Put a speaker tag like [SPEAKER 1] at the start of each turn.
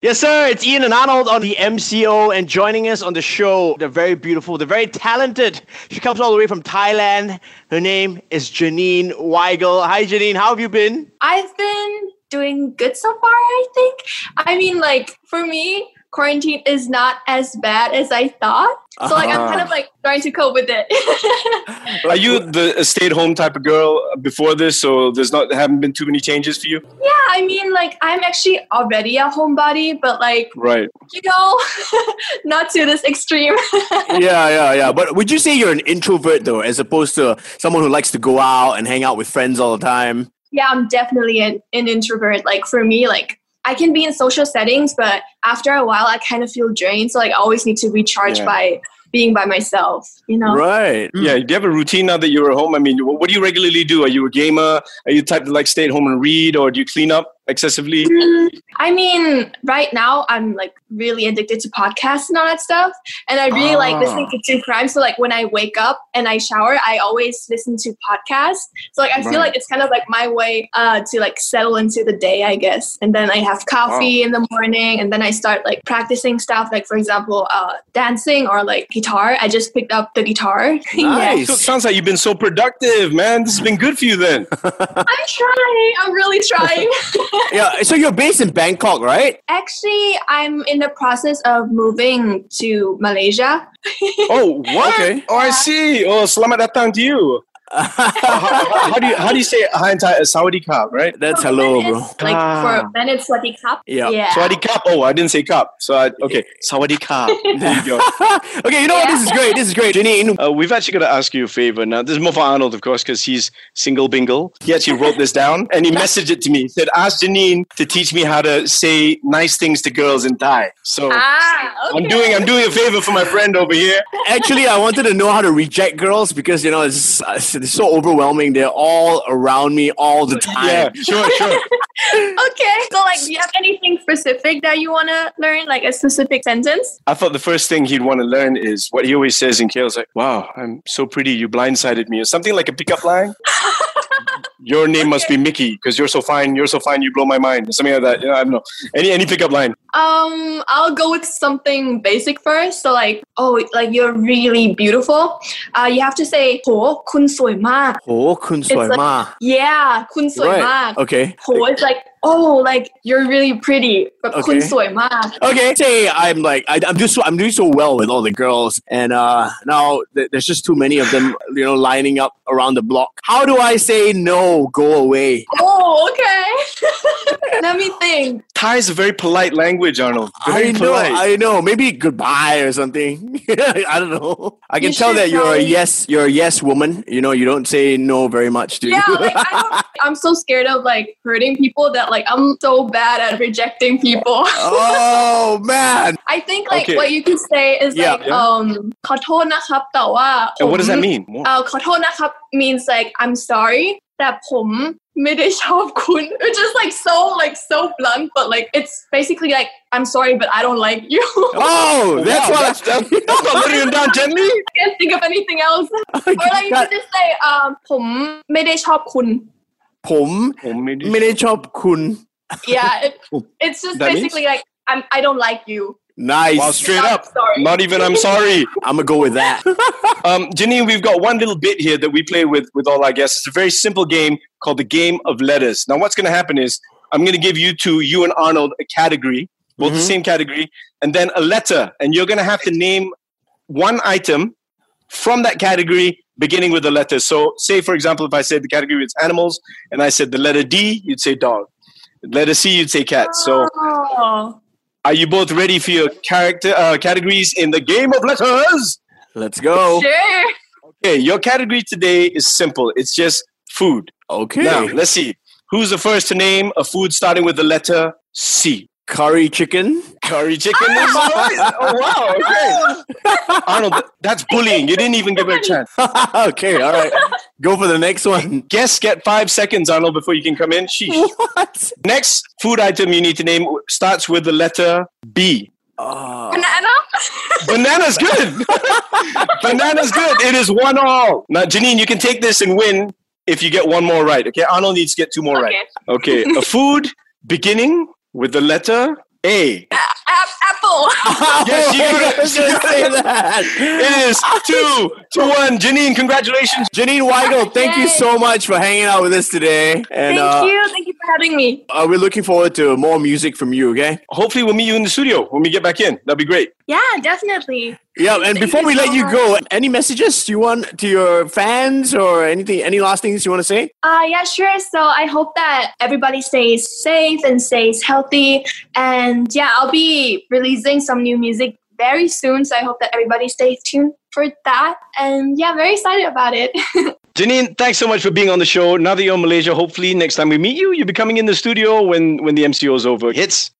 [SPEAKER 1] Yes, sir. It's Ian and Arnold on the MCO, and joining us on the show, the very beautiful, the very talented. She comes all the way from Thailand. Her name is Janine Weigel. Hi, Janine. How have you been?
[SPEAKER 2] I've been doing good so far, I think. I mean, like, for me, quarantine is not as bad as I thought. So, like, I'm kind of like trying to cope with it.
[SPEAKER 3] Are you the stay-at-home type of girl before this? So there's not haven't been too many changes for you,
[SPEAKER 2] yeah, I mean, like, I'm actually already a homebody, but like,
[SPEAKER 3] right?
[SPEAKER 2] you know, not to this extreme.
[SPEAKER 4] yeah, yeah, yeah. But would you say you're an introvert though, as opposed to someone who likes to go out and hang out with friends all the time?
[SPEAKER 2] yeah, I'm definitely an, an introvert. Like, for me, like, I can be in social settings, but after a while, I kind of feel drained. So, like, I always need to recharge
[SPEAKER 3] Yeah.
[SPEAKER 2] by being by myself, you know?
[SPEAKER 4] Right.
[SPEAKER 3] Yeah. Do you have a routine now that you're at home? I mean, wh- what do you regularly do? Are you a gamer? Are you the type to like stay at home and read, or do you clean up excessively?
[SPEAKER 2] Mm, I mean, right now I'm like really addicted to podcasts and all that stuff, and I really like
[SPEAKER 3] Ah.
[SPEAKER 2] listening to true crime. So like when I wake up and I shower, I always listen to podcasts. So like I feel
[SPEAKER 3] Right.
[SPEAKER 2] like it's kind of like my way uh, to like settle into the day, I guess. And then I have coffee in the morning, and then I start like practicing stuff. Like for example, uh, dancing or like guitar. I just picked up the guitar. yeah,
[SPEAKER 3] So it sounds like you've been so productive, man. This has been good for you then.
[SPEAKER 2] I'm trying. I'm really trying.
[SPEAKER 4] Yeah. So you're based in Bangkok, right?
[SPEAKER 2] Actually, I'm in the process of moving to Malaysia.
[SPEAKER 3] Oh, what?
[SPEAKER 4] Okay.
[SPEAKER 3] Oh, I see. Oh, selamat datang to you. how, how- how do you how do you say hi in Thai? Saudi cup, right?
[SPEAKER 4] That's
[SPEAKER 2] So
[SPEAKER 4] hello,
[SPEAKER 2] then
[SPEAKER 4] bro.
[SPEAKER 2] it's Like for then it's sweaty cup.
[SPEAKER 4] Yeah.
[SPEAKER 2] Yeah.
[SPEAKER 3] Saudi cup. Oh, I didn't say cup. So I, okay, Saudi cup. There you go.
[SPEAKER 4] okay, you know what? This is great. This is great, Janine.
[SPEAKER 3] Uh, we've actually got to ask you a favor now. This is more for Arnold, of course, because he's single bingle. He actually wrote this down and he messaged it to me. He said, Ask Janine to teach me how to say nice things to girls in Thai. So
[SPEAKER 2] Ah, okay.
[SPEAKER 3] I'm doing I'm doing a favor for my friend over here.
[SPEAKER 4] Actually, I wanted to know how to reject girls because you know it's, it's so overwhelming. They're all around me all the
[SPEAKER 3] Yeah,
[SPEAKER 4] time.
[SPEAKER 3] sure, sure.
[SPEAKER 2] okay. So like do you have anything specific that you wanna learn? Like a specific sentence?
[SPEAKER 3] I thought the first thing he'd want to learn is what he always says in Kale's like, Wow, I'm so pretty, you blindsided me, or something like a pickup line. Your name must be Mickey because you're so fine. You're so fine. You blow my mind. Something like that. You know, I don't know. Any any pickup line.
[SPEAKER 2] Um, I'll go with something basic first. So like, oh like you're really beautiful. Uh you have to say "Ho kun soy ma.
[SPEAKER 4] Oh, kun
[SPEAKER 2] It's like-
[SPEAKER 4] ma.
[SPEAKER 2] Yeah, kun soy ma.
[SPEAKER 4] Right. Okay.
[SPEAKER 2] Ho is like, oh like you're really pretty. But kun
[SPEAKER 4] Okay.
[SPEAKER 2] soy ma.
[SPEAKER 4] Okay. Say I'm like I, I'm just so, I'm doing so well with all the girls, and uh, now th- there's just too many of them, you know, lining up around the block. How do I say no? Go away.
[SPEAKER 2] Oh, okay. Let me think.
[SPEAKER 3] Thai is a very polite language, Arnold. Very
[SPEAKER 4] I know.
[SPEAKER 3] polite.
[SPEAKER 4] I know. Maybe goodbye or something. I don't know. I can
[SPEAKER 2] You
[SPEAKER 4] tell
[SPEAKER 2] should
[SPEAKER 4] that you're a
[SPEAKER 2] probably-
[SPEAKER 4] yes. You're a yes woman. You know, you don't say no very much, do you?
[SPEAKER 2] yeah like I don't, i'm so scared of like hurting people that like i'm so bad at rejecting people
[SPEAKER 4] oh man.
[SPEAKER 2] i think like
[SPEAKER 3] Okay.
[SPEAKER 2] what you could say is
[SPEAKER 4] Yeah,
[SPEAKER 2] like
[SPEAKER 3] yeah.
[SPEAKER 2] um ขอโทษนะครับแต่ว่า
[SPEAKER 3] and what does that
[SPEAKER 2] ผม-
[SPEAKER 3] mean? What?
[SPEAKER 2] uh, ขอโทษนะครับ means like i'm sorry that ผมไม่ได้ชอบคุณ which is like so like so blunt but like it's basically like i'm sorry but i don't like you
[SPEAKER 4] Oh, that's
[SPEAKER 3] Wow,
[SPEAKER 4] what.
[SPEAKER 3] that's, that's, that's not letting him down gently.
[SPEAKER 2] i can't think of anything else
[SPEAKER 4] I
[SPEAKER 2] or like you
[SPEAKER 4] got-
[SPEAKER 2] could just say um ผมไม่ได้ชอบคุณ
[SPEAKER 4] ผมไม่ได้ชอบคุณ.
[SPEAKER 2] yeah it, it's just
[SPEAKER 3] That means-
[SPEAKER 2] basically like I'm, i don't like you
[SPEAKER 4] Nice.
[SPEAKER 3] Wow, straight
[SPEAKER 2] I'm
[SPEAKER 3] up.
[SPEAKER 2] sorry.
[SPEAKER 3] Not even I'm sorry.
[SPEAKER 4] I'm gonna go with that.
[SPEAKER 3] Um, Janine, we've got one little bit here that we play with with all our guests. It's a very simple game called the Game of Letters. Now, what's going to happen is I'm going to give you two, you and Arnold, a category, both the
[SPEAKER 4] Mhm.
[SPEAKER 3] same category, and then a letter, and you're going to have to name one item from that category beginning with a letter. So, say for example, if I said the category was animals, and I said the letter D, you'd say dog. Letter C, you'd say cat. So,
[SPEAKER 2] Oh.
[SPEAKER 3] are you both ready for your character uh, categories in the Game of Letters?
[SPEAKER 4] Let's
[SPEAKER 3] Oh.
[SPEAKER 4] go.
[SPEAKER 2] sure.
[SPEAKER 3] Okay, your category today is simple. It's just food.
[SPEAKER 4] Okay.
[SPEAKER 3] Now, let's see. Who's the first to name a food starting with the letter C?
[SPEAKER 4] Curry chicken.
[SPEAKER 3] Curry chicken is always. Oh, wow. Okay. Arnold, that's bullying. You didn't even give her a chance.
[SPEAKER 4] okay. All right. Go for the next one.
[SPEAKER 3] Guests get five seconds, Arnold, before you can come in. Sheesh.
[SPEAKER 4] What?
[SPEAKER 3] Next food item you need to name starts with the letter B.
[SPEAKER 4] Oh.
[SPEAKER 2] Banana?
[SPEAKER 3] Banana's good. Banana's good. It is one all. Now, Janine, you can take this and win if you get one more right. Okay, Arnold needs to get two more right.
[SPEAKER 2] Okay.
[SPEAKER 3] Okay, a food beginning with the letter A.
[SPEAKER 2] Ap- apple.
[SPEAKER 3] Yes, you
[SPEAKER 4] I
[SPEAKER 3] could-
[SPEAKER 4] was gonna say that.
[SPEAKER 3] It is two to one. Janine, congratulations.
[SPEAKER 4] Janine Weigel, thank you
[SPEAKER 2] Yay.
[SPEAKER 4] so much for hanging out with us today. And
[SPEAKER 2] Thank
[SPEAKER 4] uh,
[SPEAKER 2] you. Thank you for having me.
[SPEAKER 4] uh, we're looking forward to more music from you, okay?
[SPEAKER 3] Hopefully, we'll meet you in the studio when we get back in. That'd be great.
[SPEAKER 2] Yeah, definitely.
[SPEAKER 4] Yeah, and
[SPEAKER 2] Thank
[SPEAKER 4] before
[SPEAKER 2] you
[SPEAKER 4] we
[SPEAKER 2] so
[SPEAKER 4] let you
[SPEAKER 2] much.
[SPEAKER 4] go, any messages you want to your fans or anything, any last things you want to say?
[SPEAKER 2] Uh, yeah, sure. So I hope that everybody stays safe and stays healthy. And yeah, I'll be releasing some new music very soon. So I hope that everybody stays tuned for that. And yeah, very excited about it.
[SPEAKER 3] Janine, thanks so much for being on the show. Now that you're in Malaysia, hopefully next time we meet you, you'll be coming in the studio when when the MCO is over. Hits.